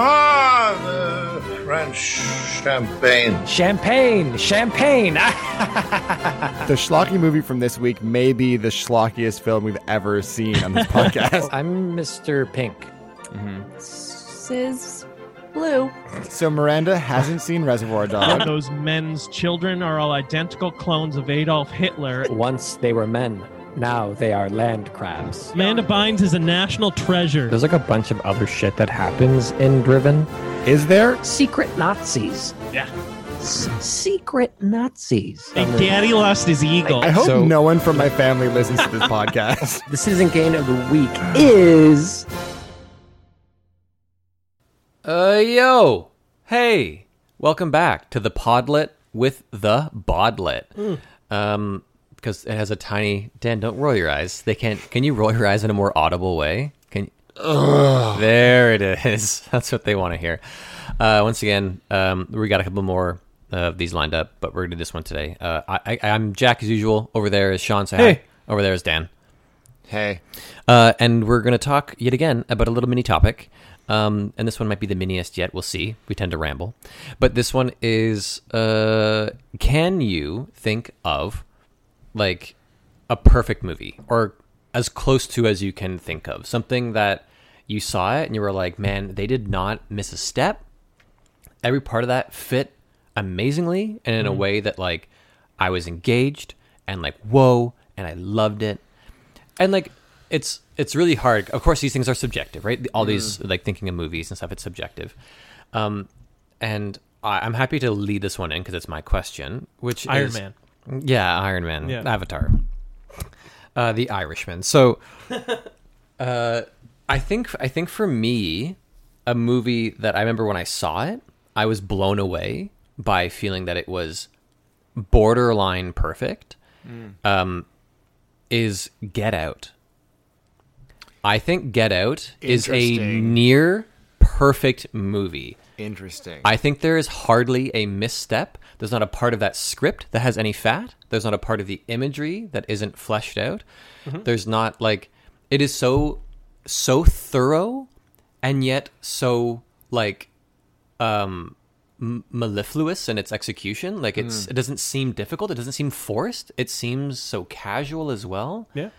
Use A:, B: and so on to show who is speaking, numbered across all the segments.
A: Ah, the French champagne.
B: Champagne, champagne. ah.
C: The schlocky movie from this week may be the schlockiest film we've ever seen on this podcast.
B: I'm Mr. Pink.
D: Sis Blue.
C: so Miranda hasn't seen Reservoir
E: Yet
C: Dog.
E: those men's children are all identical clones of Adolf Hitler.
B: Once they were men, now they are land crabs.
E: Amanda Bynes is a national treasure.
B: There's like a bunch of other shit that happens in Driven.
C: Is there?
B: Secret Nazis.
E: Yeah.
B: S- secret Nazis.
E: Big Daddy lost his eagle.
C: I hope
B: So-
C: no one from my family listens to this podcast.
B: The citizen gain of the week is
F: Uh, yo. Hey. Welcome back to the Podlet with the Bodlet. Um, because it has a tiny Dan, don't roll your eyes. They can't can you roll your eyes in a more audible way? Can There it is. That's what they want to hear. Uh, once again, um, we got a couple more of these lined up, but we're gonna do this one today. Uh, I, I, I'm Jack as usual. Over there is Sean. Say hi.
C: Hey.
F: Over there is Dan.
C: hey.
F: Uh, and we're going to talk yet again about a little mini topic. Um, and this one might be the miniest yet. We'll see. We tend to ramble. But this one is uh, can you think of like a perfect movie or as close to as you can think of? Something that you saw it and you were like, man, they did not miss a step every part of that fit amazingly and in
E: Mm-hmm.
F: a way that like I was engaged and like whoa and I loved it. And like it's it's really hard. Of course these things are subjective, right? All
E: Mm-hmm.
F: these like thinking of movies and stuff it's subjective. Um and I, I'm happy to lead this one in because it's my question, which
E: Iron
F: is,
E: Man.
F: yeah, Iron Man,
E: Yeah.
F: Avatar, uh, The Irishman. So, uh, I think I think for me, a movie that I remember when I saw it, I was blown away by feeling that it was borderline perfect. Um, is Get Out? I think Get Out is a
C: Interesting.
F: near perfect movie.
C: Interesting.
F: I think there is hardly a misstep. There's not a part of that script that has any fat. There's not a part of the imagery that isn't fleshed out. There's not like it is so so thorough and yet so like um m- mellifluous in its execution. Like it's
E: Hmm.
F: it doesn't seem difficult. It doesn't seem forced. It seems so casual as well
E: Yeah.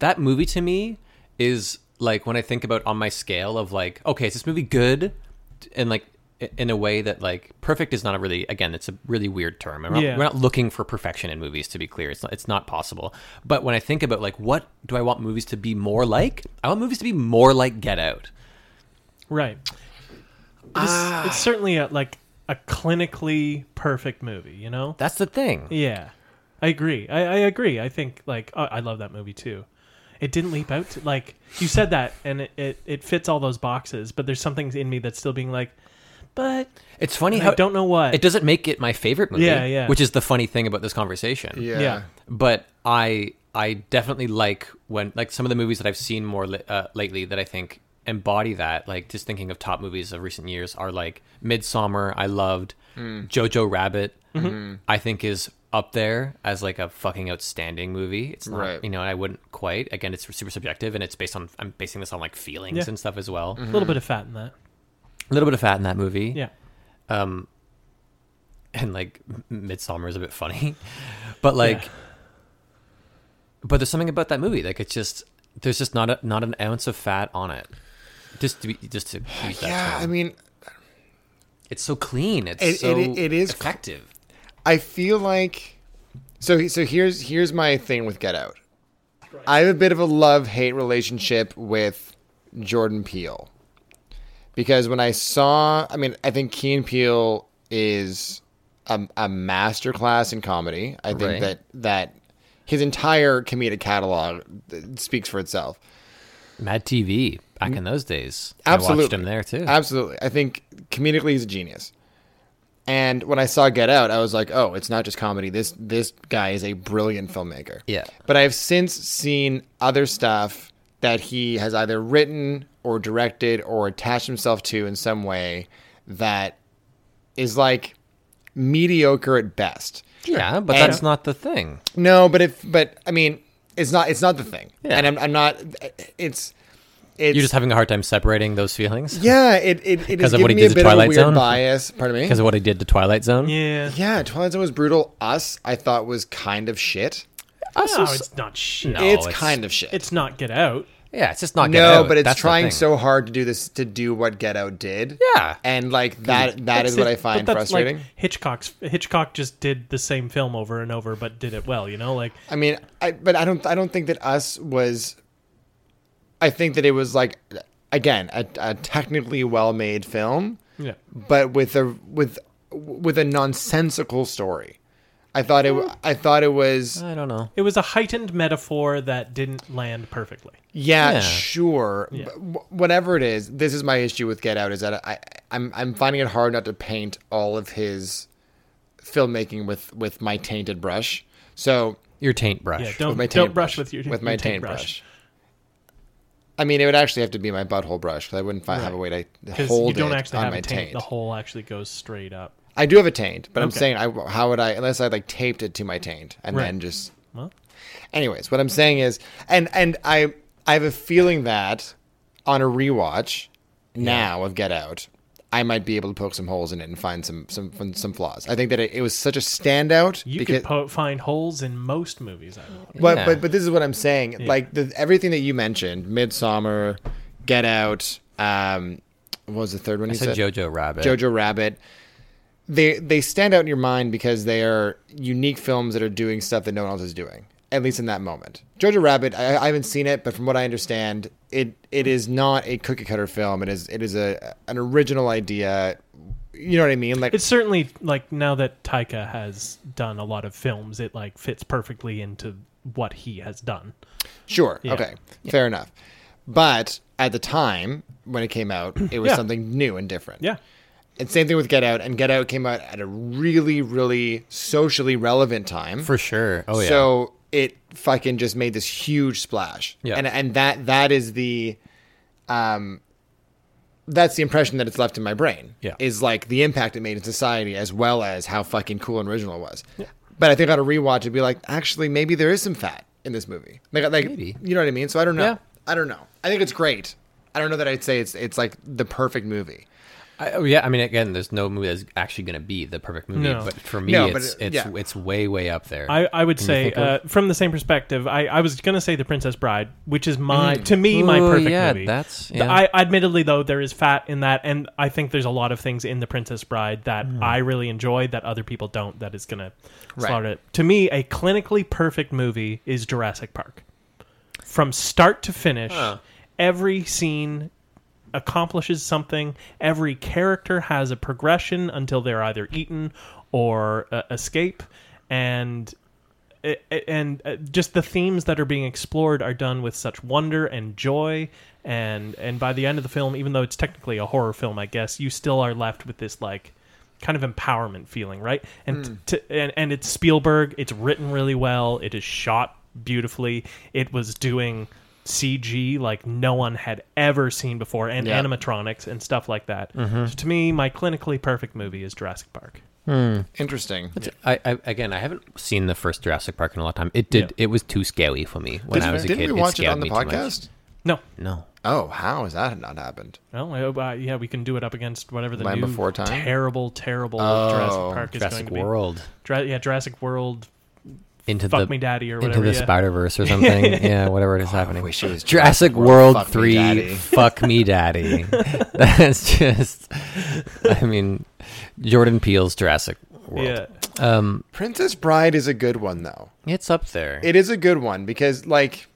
F: that movie to me is like when I think about on my scale of like, okay, is this movie good? And like i- in a way that like perfect is not a really again, it's a really weird term. We're not,
E: Yeah.
F: we're not looking for perfection in movies to be clear. It's not, it's not possible. But when I think about like what do I want movies to be more like? I want movies to be more like Get Out.
E: Right. It is, It's certainly a, like a clinically perfect movie, you know?
F: That's the thing.
E: Yeah, I agree. I, I agree. I think like oh, I I love that movie too. It didn't leap out to, like you said that, and it, it it fits all those boxes. But there's something in me that's still being like, but
F: It's funny
E: I
F: how
E: don't know what.
F: it doesn't make it my favorite movie.
E: Yeah, yeah.
F: Which is the funny thing about this conversation.
C: yeah.
E: yeah.
F: but I I definitely like when like some of the movies that I've seen more li- uh, lately that I think embody that. Like just thinking of top movies of recent years are like Midsummer. I loved
C: Mm.
F: Jojo Rabbit.
E: Mm-hmm.
C: Mm-hmm.
F: I think is up there as like a fucking outstanding movie. It's not
C: Right.
F: you know I wouldn't quite again it's super subjective and it's based on I'm basing this on like feelings
E: Yeah.
F: and stuff as well.
C: Mm-hmm.
E: a little bit of fat in that.
F: A little bit of fat in that movie
E: Yeah,
F: um and like M- midsummer is a bit funny but like but there's something about that movie like it's just there's just not a, not an ounce of fat on it just to be just to use that
C: Yeah,
F: term.
C: I mean,
F: it's so clean it's
C: It- it-
F: so
C: it is cl-
F: effective
C: I feel like so so here's here's my thing with Get Out. I have a bit of a love-hate relationship with Jordan Peele. Because when I saw, I mean, I think Keen Peele is a, a masterclass in comedy. I think
F: Right.
C: that that his entire comedic catalog uh, speaks for itself.
F: mad tv back in those days i watched
C: Absolutely.
F: him there too
C: Absolutely. I think comedically he's a genius. And when I saw Get Out, I was like, "Oh, it's not just comedy. This this guy is a brilliant filmmaker."
F: Yeah.
C: But I've since seen other stuff that he has either written or directed or attached himself to in some way that is like mediocre at best.
F: yeah but
C: And-
F: that's not the thing
C: No, but if but I mean, it's not it's not the thing,
F: Yeah.
C: and I'm I'm not. It's
G: it's,
F: You're just having a hard time separating those feelings
G: yeah, it it, it has
F: Because of what
G: given
F: he
G: me a
F: did to
G: bit of a
F: Twilight
G: weird
F: Zone?
G: bias. Pardon me.
F: because of what he did to Twilight Zone.
E: Yeah.
G: Yeah, Twilight Zone was brutal. Us, I thought was kind of shit.
F: Also,
E: No,
F: Oh, s-
E: it's not shit.
F: No,
G: it's,
F: it's-
G: kind of shit.
E: Oh, It's not Get Out.
F: yeah, it's just not Get
G: no,
F: Out.
G: but it's
F: That's the
G: trying
F: thing.
G: so hard to do this to do what Get Out did.
F: Yeah.
G: and like that that
E: Hmm. That's
G: is what
E: it.
G: I find
E: But that's like
G: frustrating.
E: Hitchcock's Hitchcock just did the same film over and over, but did it well. You know, like
G: I mean, I but I don't I don't think that Us was. I think that it was like again a, a technically well made film,
E: yeah,
G: but with a with with a nonsensical story. I thought it w- I thought it was
F: I don't know.
E: it was a heightened metaphor that didn't land perfectly.
G: Yeah,
F: Yeah.
G: sure. But wh- whatever it is, this is my issue with Get Out is that I, I'm I'm finding it hard not to paint all of his filmmaking with with my tainted brush. So
F: Your taint brush.
E: Yeah,
G: with
E: don't
G: my
E: don't
G: taint
E: brush with your
G: with my
E: your
G: taint, brush. I mean, it would actually have to be my butthole brush because I wouldn't fi- have a way to
E: because
G: hold
E: you don't
G: it
E: actually
G: on
E: have
G: my
E: a taint.
G: taint.
E: The hole actually goes straight up.
G: I do have a taint, but I'm
E: Okay.
G: saying I how would I unless I like taped it to my taint and
E: Right.
G: then just
E: Well,
G: Anyways, what I'm saying is, and and I I have a feeling that on a rewatch now of Get Out, I might be able to poke some holes in it and find some some fun- some flaws. I think that it, it was such a standout.
E: you
G: because,
E: could po- find holes in most movies. I would.
G: but,
F: Yeah.
G: but but this is what I'm saying. Like the, everything that you mentioned, Midsummer, Get Out. Um, what was the third one?
F: I
G: you
F: said
G: said
F: Jojo Rabbit.
G: Jojo Rabbit. They they stand out in your mind because they are unique films that are doing stuff that no one else is doing. At least in that moment, Jojo Rabbit. I, I haven't seen it, but from what I understand, it it is not a cookie cutter film. It is it is a an original idea. You know what I mean? Like
E: It's certainly like now that Taika has done a lot of films, it like fits perfectly into what he has done.
G: Sure. Okay. Fair enough. But at the time when it came out, it was
E: Yeah.
G: something new and different.
E: Yeah.
G: And same thing with Get Out. And Get Out came out at a really, really socially relevant time.
F: For sure. Oh, yeah.
G: So it fucking just made this huge splash.
F: Yeah.
G: And and that that is the um that's the impression that it's left in my brain.
F: Yeah.
G: Is like the impact it made in society as well as how fucking cool and original it was. But I think on a rewatch it'd be like, actually maybe there is some fat in this movie. Like like
F: Maybe.
G: you know what I mean? So I don't know.
F: Yeah.
G: I don't know. I think it's great. I don't know that I'd say it's it's like the perfect movie.
F: I, oh, yeah, I mean, again, there's no movie that's actually going to be the perfect movie,
E: No.
F: but for me,
G: No, but
F: it's
G: it-
F: it's
G: yeah.
F: it's way way up there.
E: I, I would say
F: think of-
E: uh, from the same perspective, I, I was gonna say The Princess Bride, which is my to me my
F: Mm. Ooh,
E: perfect
F: yeah,
E: movie.
F: that's-
E: The-
F: yeah.
E: I admittedly though there is fat in that, and I think there's a lot of things in The Princess Bride that I really enjoy that other people don't. That is gonna slaughter it. To me, a clinically perfect movie is Jurassic Park, from start to finish. Every scene accomplishes something. Every character has a progression until they're either eaten or uh, escape, and a- a- and uh, just the themes that are being explored are done with such wonder and joy. And and by the end of the film, even though it's technically a horror film, I guess you still are left with this like kind of empowerment feeling, right? And t- and and it's Spielberg. It's written really well. It is shot beautifully. It was doing CG like no one had ever seen before, and
G: Yeah.
E: animatronics and stuff like that. So to me, my clinically perfect movie is Jurassic Park.
G: Interesting.
F: I, I again, I haven't seen the first Jurassic Park in a long time. It did. It was too scary for me when I was a
G: didn't
F: kid.
G: we watch it
F: scared
G: on the
F: me too much.
G: podcast?
E: No,
F: No.
G: Oh, how has that not happened?
E: Well, I hope, uh, yeah, we can do it up against whatever the
G: Land
E: new
G: Before Time?
E: terrible, terrible
G: Oh,
E: Jurassic Park is
F: Jurassic
E: going
F: World
E: to be. Dra- yeah, Jurassic World,
F: into
E: fuck
F: the
E: me daddy or
F: into
E: whatever.
F: the
E: yeah.
F: Spider Verse or something. yeah, whatever it is happening.
G: Oh, wish it was
F: Jurassic
G: Jurassic World,
F: World,
G: fuck me
F: Three.
G: daddy.
F: fuck me, daddy. That's just. I mean, Jordan Peele's Jurassic World.
E: Yeah.
F: Um,
G: Princess Bride is a good one though.
F: it's up there.
G: It is a good one because, like,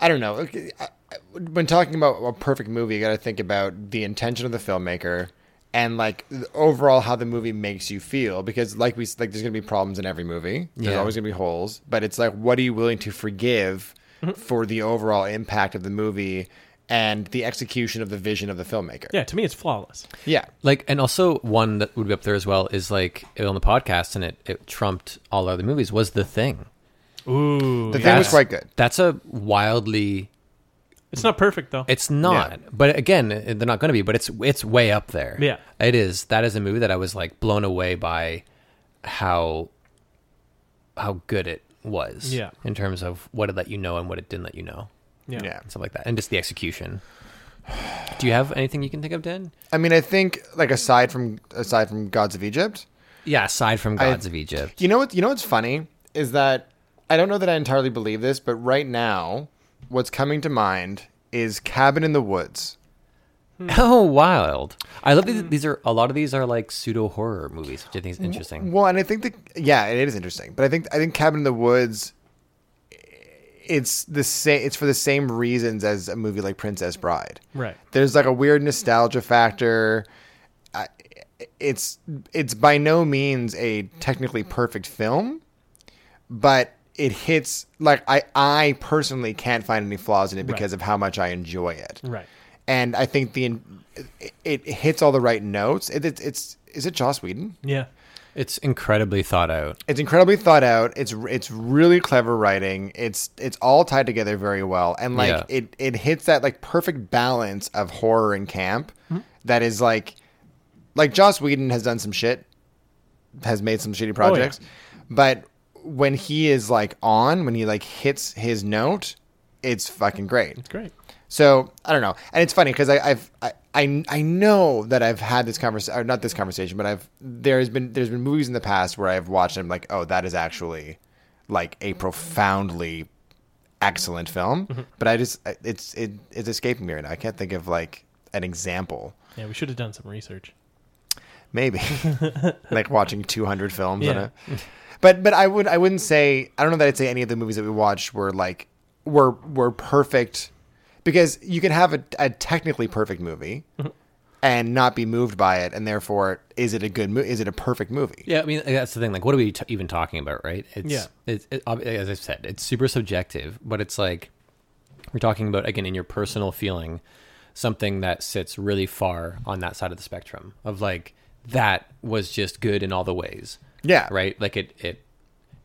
G: I don't know. okay, I- I- When talking about a perfect movie, you got to think about the intention of the filmmaker and like the- overall how the movie makes you feel. Because, like we s- like, there's gonna be problems in every movie. There's
F: Yeah.
G: always gonna be holes, but it's like, what are you willing to forgive for the overall impact of the movie and the execution of the vision of the filmmaker?
E: Yeah, to me, it's flawless.
G: yeah.
F: like and also one that would be up there as well is like on the podcast and it, it trumped all other movies was the thing
E: Ooh,
G: The
E: yeah.
G: thing was quite good.
F: that's a wildly
E: it's not perfect though.
F: it's not
G: Yeah.
F: but again they're not going to be but it's it's way up there
E: Yeah.
F: it is that is a movie that i was like blown away by how how good it was
E: Yeah.
F: in terms of what it let you know and what it didn't let you know
E: yeah.
G: Yeah.
F: and stuff like that and just the execution Do you have anything you can think of, Dan?
G: I mean, I think like aside from aside from Gods of Egypt,
F: Yeah, aside from Gods of Egypt.
G: you know what? You know what's funny is that I don't know that I entirely believe this, but right now, what's coming to mind is Cabin in the Woods.
F: Oh, wild! I love these. These are a lot of these are like pseudo horror movies, which I think is interesting.
G: Well, and I think that yeah, it is interesting, but I think I think Cabin in the Woods. It's the same. It's for the same reasons as a movie like Princess Bride.
E: Right.
G: There's like a weird nostalgia factor. I- It's it's by no means a technically perfect film, but it hits like I I personally can't find any flaws in it because of how much I enjoy it.
E: Right.
G: And I think the it, it hits all the right notes. It, it, it's is it Joss Whedon?
E: Yeah.
F: It's incredibly thought out.
G: It's incredibly thought out. It's it's really clever writing. It's it's all tied together very well, and like
F: Yeah.
G: it it hits that like perfect balance of horror and camp that is like like Joss Whedon has done some shit, has made some shitty projects, but when he is like on, when he like hits his note, it's fucking great.
E: It's great.
G: So I don't know, and it's funny because I've I, I I know that I've had this conversation, or not this conversation, but I've there's been there's been movies in the past where I've watched and I'm like, oh, that is actually like a profoundly excellent film, but I just I- it's it it's escaping me right now. I can't think of like an example.
E: Yeah, we should have done some research.
G: Maybe like watching 200 films on
E: Yeah.
G: it. But but I would I wouldn't say I don't know that I'd say any of the movies that we watched were like were were perfect because you can have a, a technically perfect movie and not be moved by it and therefore is it a good movie is it a perfect movie?
F: Yeah, I mean that's the thing. Like, what are we t- even talking about, right? It's,
E: Yeah.
F: It's, it, ob- as I said, it's super subjective, but it's like we're talking about again in your personal feeling, something that sits really far on that side of the spectrum of like that was just good in all the ways.
G: Yeah.
F: Right. Like it. It.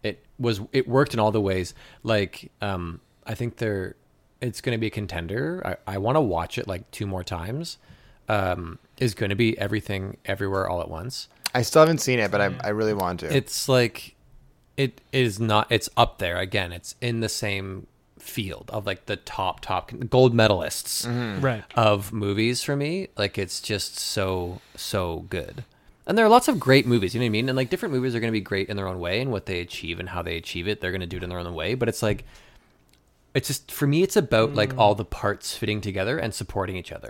F: It was. It worked in all the ways. Like, um, I think they're. It's going to be a contender. I, I want to watch it like two more times. Um, is going to be everything, everywhere, all at once
G: I still haven't seen it but I I really want to.
F: it's like it is not it's up there again it's in the same field of like the top top gold medalists
G: Hmm.
E: Right.
F: of movies for me like it's just so so good and there are lots of great movies you know what i mean and like different movies are going to be great in their own way and what they achieve and how they achieve it they're going to do it in their own way but it's like it's just for me it's about like all the parts fitting together and supporting each other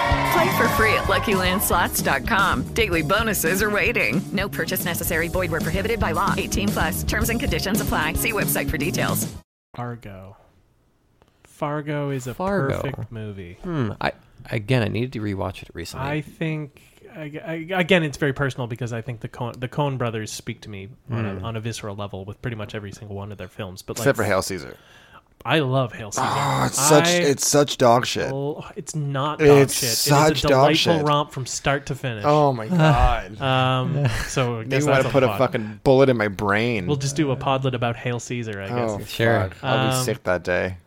H: Play for free at LuckyLandSlots.com. Daily bonuses are waiting. No purchase necessary. Void were prohibited by law. 18 plus. Terms and conditions apply. See website for details.
E: Fargo. Fargo is a
F: Fargo.
E: perfect movie.
F: Hmm, i again i needed to rewatch it recently
E: I think I, I- again, it's very personal because I think the Coen, the Coen brothers speak to me on, a, on a visceral level with pretty much every single one of their films. But like,
G: Hmm. Except for Hail Caesar.
E: I love Hail Caesar.
G: Oh, it's such
E: I
G: it's such dog shit.
E: l- it's not dog
G: It's
E: shit. it
G: such
E: is a
G: dog
E: delightful
G: shit.
E: romp from start to finish.
G: Oh my god.
E: Um, so I
G: They
E: guess
G: want
E: that's
G: to
E: a
G: put a
E: pod.
G: fucking bullet in my brain.
E: We'll just do a podlet about Hail Caesar, I guess.
G: oh,
F: Sure.
G: fuck. I'll
E: um,
G: be sick that day.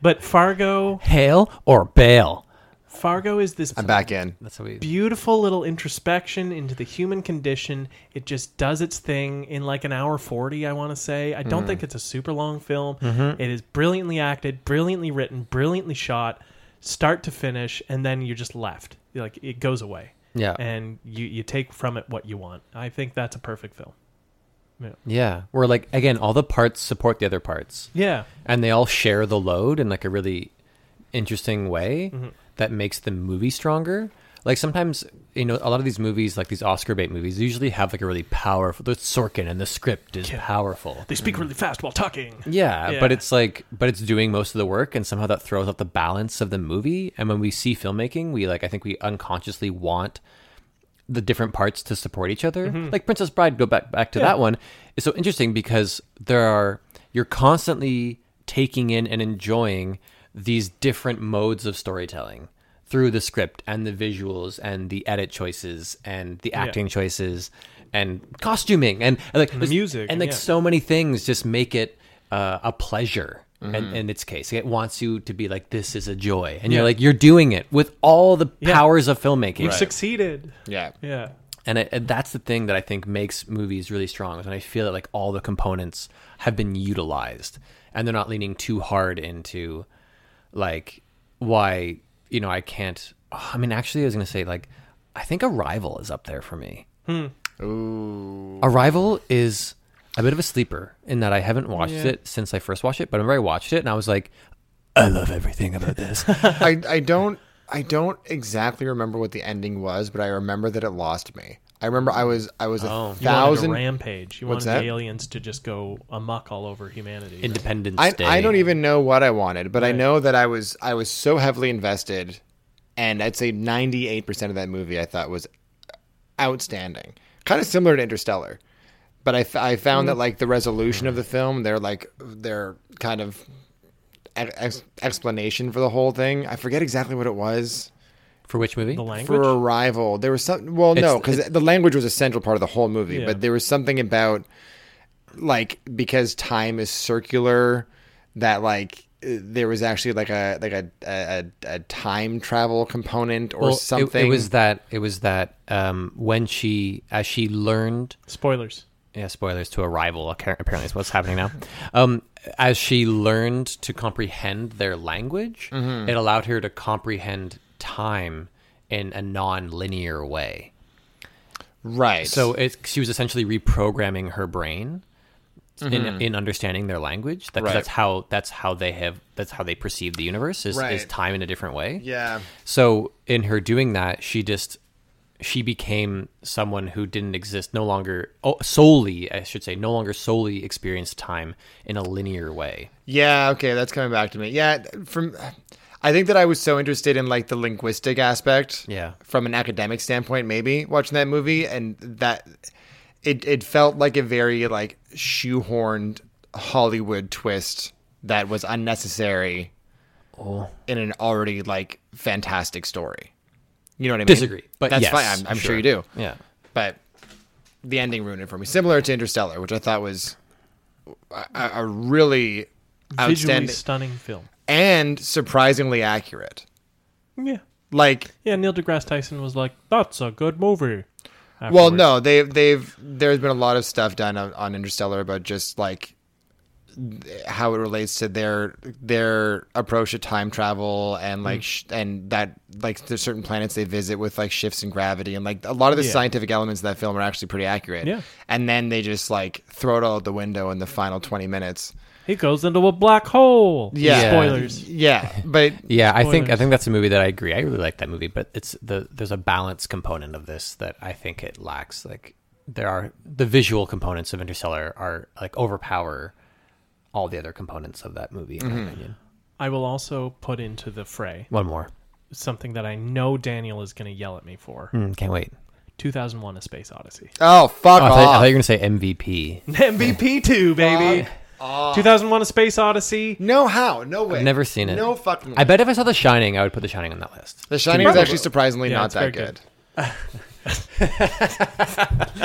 E: But Fargo,
F: hail or bail
E: Fargo is this
G: I'm back in.
F: that's how we
E: beautiful little introspection into the human condition. It just does its thing in like an hour 40, I want to say. I
G: Hmm.
E: don't think it's a super long film.
G: Mm-hmm.
E: It is brilliantly acted, brilliantly written, brilliantly shot, start to finish, and then you're just left. You're Like it goes away.
F: Yeah.
E: And you, you take from it what you want. I think that's a perfect film.
F: Yeah, where like again, all the parts support the other parts,
E: Yeah.
F: and they all share the load in like a really interesting way that makes the movie stronger. Like sometimes you know, a lot of these movies, like these Oscar bait movies, usually have like a really powerful. The Sorkin and the script is powerful.
E: They speak really fast while talking.
F: Yeah, but it's like, but it's doing most of the work, and somehow that throws off the balance of the movie. And when we see filmmaking, we like, I think we unconsciously want the different parts to support each other.
C: Mhm.
F: Like Princess Bride, go back back to
C: Yeah.
F: that one. It's so interesting because there are you're constantly taking in and enjoying these different modes of storytelling through the script and the visuals and the edit choices and the
C: Yeah.
F: acting choices and costuming and, and like there's-
E: Music,
F: and like
E: yeah.
F: so many things just make it uh, a pleasure. And
E: Mhm.
F: in its case, it wants you to be like, "This is a joy," and
E: Yeah.
F: you're like, "You're doing it with all the powers of filmmaking."
E: We've succeeded.
G: Yeah.
E: Yeah.
F: And, it, and that's the thing that I think makes movies really strong. is when I feel that like all the components have been utilized, and they're not leaning too hard into like why you know I can't. I mean, actually, I was gonna say like I think Arrival is up there for me.
E: Hmm.
G: Ooh.
F: Arrival is a bit of a sleeper in that I haven't watched
G: Yeah.
F: it since I first watched it, but whenever I watched it, and I was like, I love everything about this.
G: I, I don't I don't exactly remember what the ending was, but I remember that it lost me. I remember I was I was
E: Oh,
G: a
E: you wanted
G: thousand
E: a rampage. You
G: What's
E: wanted
G: that?
E: the aliens to just go amok all over humanity.
F: Independence
G: I, I don't even know what I wanted, but I know that I was I was so heavily invested, and I'd say ninety eight percent of that movie I thought was outstanding, kind of similar to Interstellar. But I, f- I found that
C: Mm.
G: like the resolution of the film, their like their kind of e, ex- explanation for the whole thing. I forget exactly what it was.
F: For which movie? The
E: language?
G: For Arrival. There was some. Well, no,
F: It's-
G: because
F: it-
G: the language was a central part of the whole movie,
F: Yeah.
G: but there was something about like because time is circular that like uh, there was actually like a like a a, a a time travel component or
F: Well, it-
G: something.
F: It, was that. It was that um, when she, as she learned,
E: spoilers.
F: Yeah, spoilers to arrival. acca- Apparently, is what's happening now. Um, as she learned to comprehend their language,
C: Mhm.
G: Mm-hmm.
F: it allowed her to comprehend time in a non-linear way.
G: Right.
F: So it, she was essentially reprogramming her brain
C: Mhm.
G: Mm-hmm.
F: in, in understanding their language. That, 'cause
C: Right.
F: That's how that's how they have that's how they perceive the universe is, is
C: Right.
F: time in a different way.
C: Yeah.
F: So in her doing that, she just she became someone who didn't exist no longer oh, solely I should say no longer solely experienced time in a linear way.
G: Yeah, okay, that's coming back to me. Yeah, th- from I think that I was so interested in like the linguistic aspect.
F: Yeah.
G: From an academic standpoint, maybe watching that movie and that it it felt like a very like shoehorned Hollywood twist that was unnecessary
F: oh.
G: in an already like fantastic story. You know what I mean?
F: Disagree, but
G: that's
F: yes,
G: fine. I'm, I'm sure.
F: sure.
G: you do.
F: Yeah.
G: But the ending ruined it for me. Similar to Interstellar, which I thought was a, a- a really
E: Visually
G: outstanding,
E: stunning film.
G: and surprisingly accurate.
E: Yeah.
G: Like,
E: Yeah, Neil deGrasse Tyson was like, "That's a good movie."
G: well,
E: afterwards.
G: no, they've they've there's been a lot of stuff done on, on Interstellar about just like th- how it relates to their their approach to time travel and like
C: Mm.
G: sh- and that like there's certain planets they visit with like shifts in gravity and like a lot of the
C: Yeah.
G: scientific elements of that film are actually pretty accurate.
E: Yeah.
G: And then they just like throw it all out the window in the final 20 minutes.
E: he goes into a black hole.
G: Yeah.
E: spoilers.
G: Yeah, but
F: Yeah, I think I think that's a movie that I agree. I really like that movie, but it's the there's a balance component of this that I think it lacks. Like there are the visual components of Interstellar are like overpower all the other components of that movie. In my
E: Mhm.
F: opinion,
E: I will also put into the fray
F: one more.
E: something that I know Daniel is going to yell at me
G: Hmm.
E: for.
F: Mm, can't wait.
E: 2001: A Space Odyssey.
G: Oh fuck
F: I thought, I
G: off.
F: thought you were gonna say MVP.
E: MVP two baby.
G: off.
E: 2001: A Space Odyssey.
G: Ah. No how, no way.
F: I've never seen it.
G: No fucking way.
F: I bet if I saw The Shining, I would put The Shining on that list.
G: The Shining is actually surprisingly
E: Yeah,
G: not
E: it's
G: that
E: very
G: good.
E: good.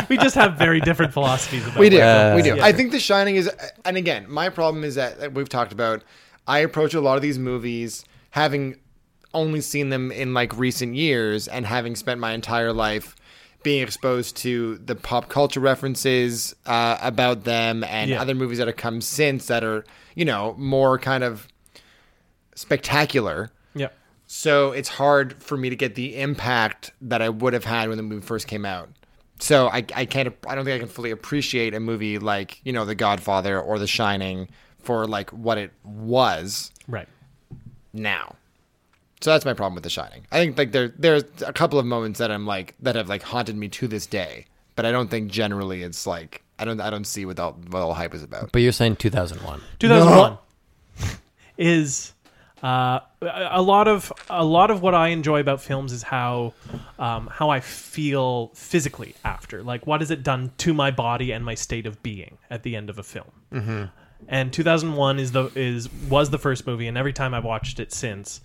E: we just have very different philosophies about
G: we do.
E: it.
G: we do.
E: Yeah.
G: I think The Shining is, and again, my problem is that that we've talked about. I approach a lot of these movies having only seen them in like recent years and having spent my entire life being exposed to the pop culture references uh, about them and
C: Yeah.
G: other movies that have come since that are, you know, more kind of spectacular.
E: Yep.
G: So it's hard for me to get the impact that I would have had when the movie first came out. So I, I can't I don't think I can fully appreciate a movie like you know The Godfather or The Shining for like what it was
E: Right.
G: now. So that's my problem with The Shining. I think like there there's a couple of moments that I'm like that have like haunted me to this day, but I don't think generally it's like I don't I don't see what all what all the hype is about.
F: But you're saying 2001.
E: 2001 is uh, a lot of a lot of what I enjoy about films is how um, how I feel physically after. Like, what has it done to my body and my state of being at the end of a film?
C: Mhm.
E: And 2001 is the is was the first movie, and every time I've watched it since,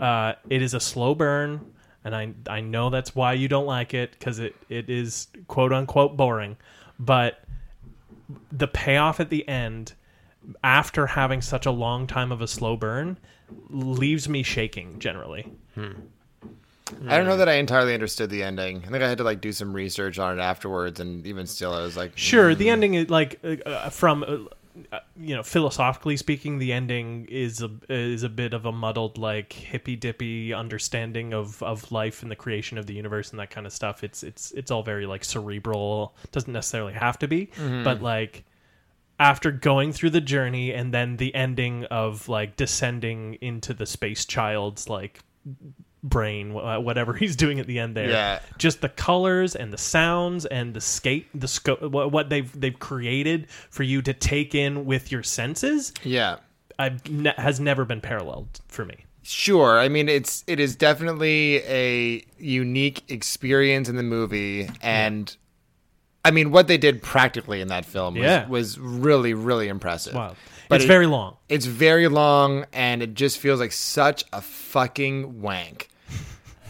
E: uh, it is a slow burn. And I I know that's why you don't like it because it, it is quote unquote boring, but the payoff at the end after having such a long time of a slow burn leaves me shaking generally
G: I don't know that I entirely understood the ending. I think I had to like do some research on it afterwards, and even still, I was like,
E: sure the ending is like uh, uh, from uh, uh, you know philosophically speaking the ending is a is a bit of a muddled like hippy dippy understanding of of life and the creation of the universe and that kind of stuff it's it's it's all very like cerebral doesn't necessarily have to be
C: Mhm.
E: but like after going through the journey and then the ending of like descending into the space child's like brain wh- uh, whatever he's doing at the end there
G: Yeah.
E: just the colors and the sounds and the scape the scope what they've they've created for you to take in with your senses
G: yeah
E: I've ne- has never been paralleled for me
G: Sure. I mean, it's it is definitely a unique experience in the movie, and I mean, what they did practically in that film was,
E: Yeah.
G: was really, really impressive.
E: Wow. It's very long.
G: It's very long, and it just feels like such a fucking wank.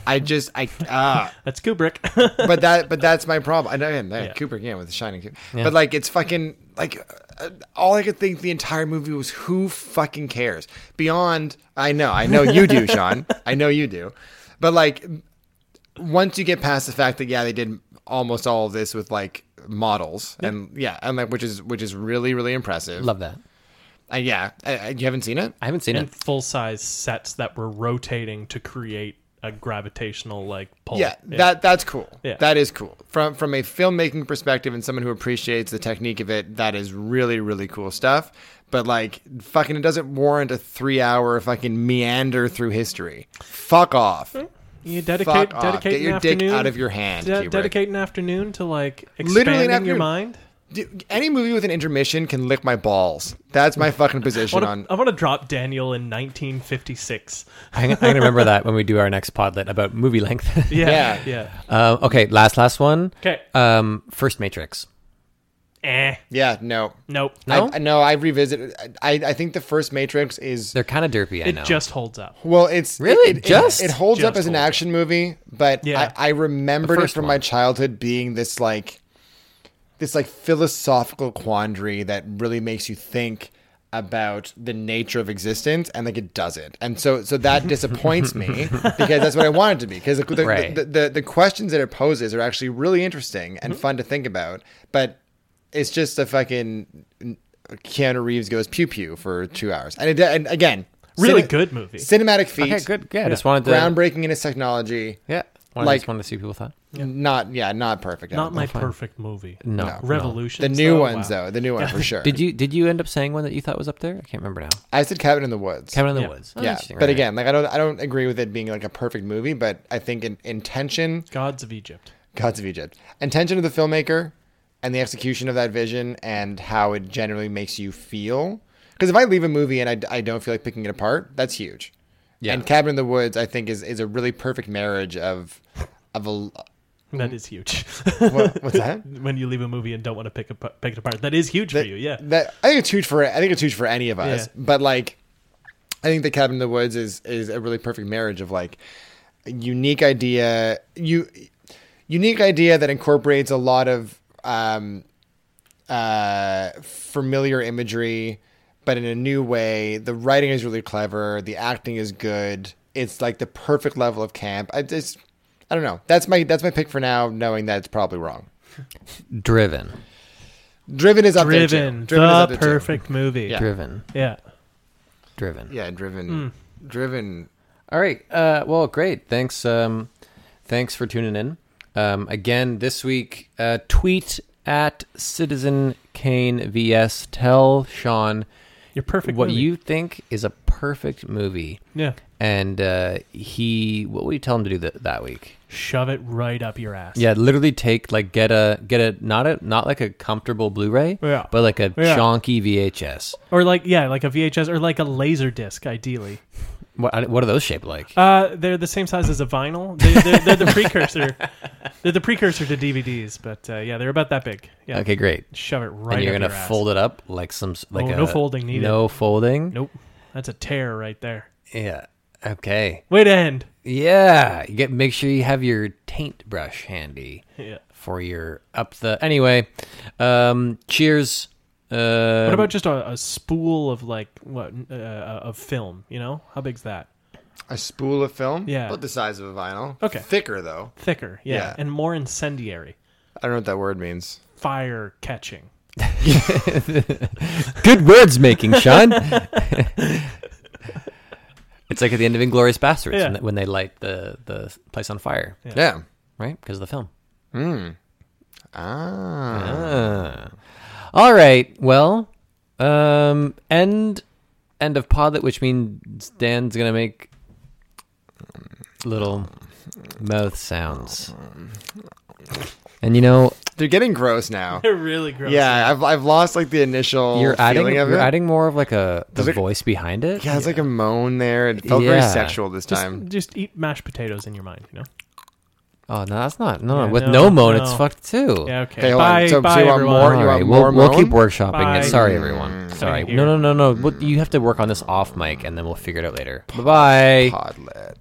G: I just I ah.
E: that's Kubrick.
G: but that but that's my problem. I know him. Yeah,
E: Yeah.
G: Kubrick, yeah, with The Shining too.
E: Yeah.
G: But like it's fucking like uh, all I could think the entire movie was who fucking cares. Beyond I know, I know you do, Sean. I know you do. But like once you get past the fact that yeah, they did almost all of this with like models and yeah, and like which is which is really really impressive.
F: Love that.
G: Uh, yeah, Uh, uh, you haven't seen it?
F: I haven't
E: and full size sets that were rotating to create a gravitational like pull
G: Yeah, that that's cool.
E: Yeah.
G: That is cool. From from a filmmaking perspective and someone who appreciates the technique of it, that is really really cool stuff. But like fucking it doesn't warrant a 3-hour fucking meander through history. Fuck off.
E: You Hmm? dedicate
G: off.
E: dedicate
G: Get
E: an
G: your dick
E: afternoon,
G: out of your hand,
E: de-
G: Kubrick.
E: dedicate an afternoon to like
G: Literally an
E: expanding your
G: afternoon.
E: mind.
G: Dude, any movie with an intermission can lick my balls. That's my fucking
E: I
G: position
E: want
G: on
E: to I wanna drop Daniel in 1956.
F: I'm going to remember that when we do our next podlet about movie length.
E: Yeah, Yeah. yeah.
F: Uh, okay, last, last one.
E: 'Kay.
G: Uh,
F: Um, first Matrix.
E: Eh.
G: Yeah, no.
E: Nope.
F: No?
G: I, I- no, I revisit I I think the first Matrix is
F: They're kind of derpy, I
E: It
F: know.
E: just holds up.
G: Well, it's
F: Really?
G: it, it-
F: Just?
G: it, holds up
F: Just
G: as an action movie, but I, I remembered
F: The
G: it
F: first
G: from my childhood being this like this like philosophical quandary that really makes you think about the nature of existence and like it doesn't and so so that disappoints me because that's what i want it to be because the, the,
F: Right.
G: the, the, the questions that it poses are actually really interesting and fun to think about but it's just a fucking keanu reeves goes pew pew for two hours and, it, and again
E: Really good movie.
G: cinematic feat
F: Okay, good. Yeah, I just wanted to-
G: groundbreaking in its technology
F: Yeah. Wanted,
G: like
F: just wanted to see what people thought.
G: not yeah not perfect I
E: Not
G: don't
E: my
G: think.
E: perfect movie.
F: No, no.
E: Revolution.
G: the new ones though the new one for sure
F: Did you did you end up saying one that you thought was up there? I can't remember now.
G: I said Cabin in the Woods.
F: Cabin in the Yeah. Woods. Oh,
G: yeah,
F: interesting.
G: but
F: Right.
G: again, like I don't, I don't agree with it being like a perfect movie, but I think in intention,
E: Gods of Egypt.
G: Gods of Egypt, intention of the filmmaker, and the execution of that vision, and how it generally makes you feel. Because if I leave a movie and I, I don't feel like picking it apart, that's huge.
F: Yeah.
G: And Cabin in the Woods, I think, is is a really perfect marriage of of a Mm-hmm.
E: That is huge.
G: What- what's that?
E: when you leave a movie and don't want to pick, ap- pick it apart. That is huge for you, yeah.
G: that I think it's huge for I think it's huge for any of us.
E: Yeah.
G: But like, I think the cabin in the woods is is a really perfect marriage of like a unique idea you unique idea that incorporates a lot of um, uh, familiar imagery, but in a new way. The writing is really clever. The acting is good. It's like the perfect level of camp. I just I don't know. That's my that's my pick for now, knowing that it's probably wrong.
F: Driven.
G: Driven is up there, too.
E: Driven.
G: Driven is up
E: the
G: there, too.
E: perfect movie.
G: Yeah.
F: Driven.
E: Yeah.
F: Driven.
G: Yeah, driven. Driven.
F: All right. Uh, well, great. Thanks. Um, thanks for tuning in. Um, again, this week, uh, tweet at Citizen Kane vs. Tell Sean
E: Your perfect
F: What
E: movie.
F: you think is a perfect movie.
E: Yeah.
F: And uh, he, what would you tell him to do th- that week?
E: shove it right up your ass.
F: Yeah, literally take like get a get a not a not like a comfortable Blu-ray,
E: Yeah.
F: but like a
E: Yeah.
F: chonky VHS.
E: Or like yeah, like a VHS or like a laser disc, ideally.
F: What I- what are those shaped like?
E: Uh, they're the same size as a vinyl. They, they're, they're the precursor. they're the precursor to DVDs, but uh, yeah, they're about that big. Yeah.
F: Okay, great.
E: Shove it right.
F: And you're
E: up
F: gonna
E: your ass.
F: fold it up like some s- like
E: Oh,
F: a,
E: no folding needed.
F: No folding.
E: Nope, that's a tear right there.
F: Yeah. Okay.
E: Way to end.
F: Yeah. You get make sure you have your taint brush handy.
E: Yeah.
F: For your up the anyway. Um. Cheers. Uh.
G: Um,
E: what about just a, a spool of like what uh, of film? You know, how big's that?
G: A spool of film?
E: Yeah.
G: About the size of a vinyl.
E: Okay.
G: Thicker though.
E: Thicker, yeah, and more incendiary,
G: I don't know what that word means.
E: fire catching.
F: Good words making, Sean. it's like at the end of Inglorious Bastards
E: Yeah.
F: when, they, when they light the, the place on fire.
E: Yeah.
G: Yeah.
F: Right? Because of the film.
G: Hmm. Ah.
F: Ah. All right. Well, um, end end of podlet, which means Dan's gonna make little mouth sounds. And you know,
G: They're getting gross now.
E: They're really gross.
G: Yeah, I've, I've lost like the initial
F: you're adding
G: feeling of
F: you're
G: it.
F: adding more of like a the
G: There's like-
F: voice behind it.
G: yeah, it's like a moan there. It felt very
F: Yeah.
G: sexual this
E: Just,
G: time.
E: just eat mashed potatoes in your mind, you know.
F: Oh no, that's not no.
E: Yeah,
F: with
E: no,
F: no, moan, it's
E: no.
F: fucked too.
E: Yeah, okay.
G: Hey, hold on.
E: bye,
G: So- so
E: bye,
G: you want
E: everyone.
G: more?
F: All
G: you
F: right,
G: want
F: we'll, we'll
G: moan?
F: keep workshopping
E: Bye.
F: it. Sorry, everyone. Sorry.
E: Thank you.
F: No, no, no, no. We'll- You have to work on this off mic, and then we'll figure it out later. Bye bye.
G: Podlet.